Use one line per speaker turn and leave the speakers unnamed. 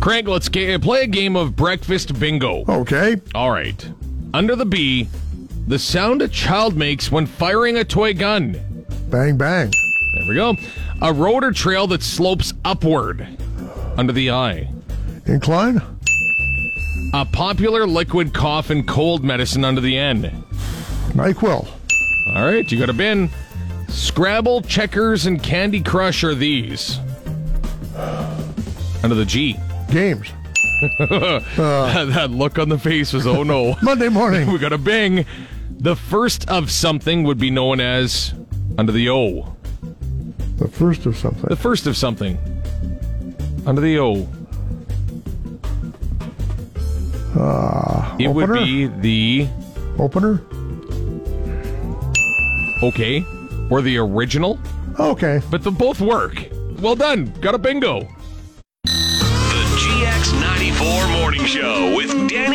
Craig, let's ga- play a game of breakfast bingo.
Okay.
All right. Under the B, the sound a child makes when firing a toy gun.
Bang, bang.
There we go. A road or trail that slopes upward. Under the I.
Incline.
A popular liquid cough and cold medicine under the N.
NyQuil.
All right, you got a bin. Scrabble, checkers, and Candy Crush are these. Under the G.
Games.
that look on the face was oh no.
Monday morning.
we got a bing. The first of something would be known as under the O.
the first of
The
something.
first of something. Under the O. it would
opener?
be the
Opener.
okay or the original,
Okay.
but they both work. Well done. Got a bingo.
The GX94 Morning Show with Dan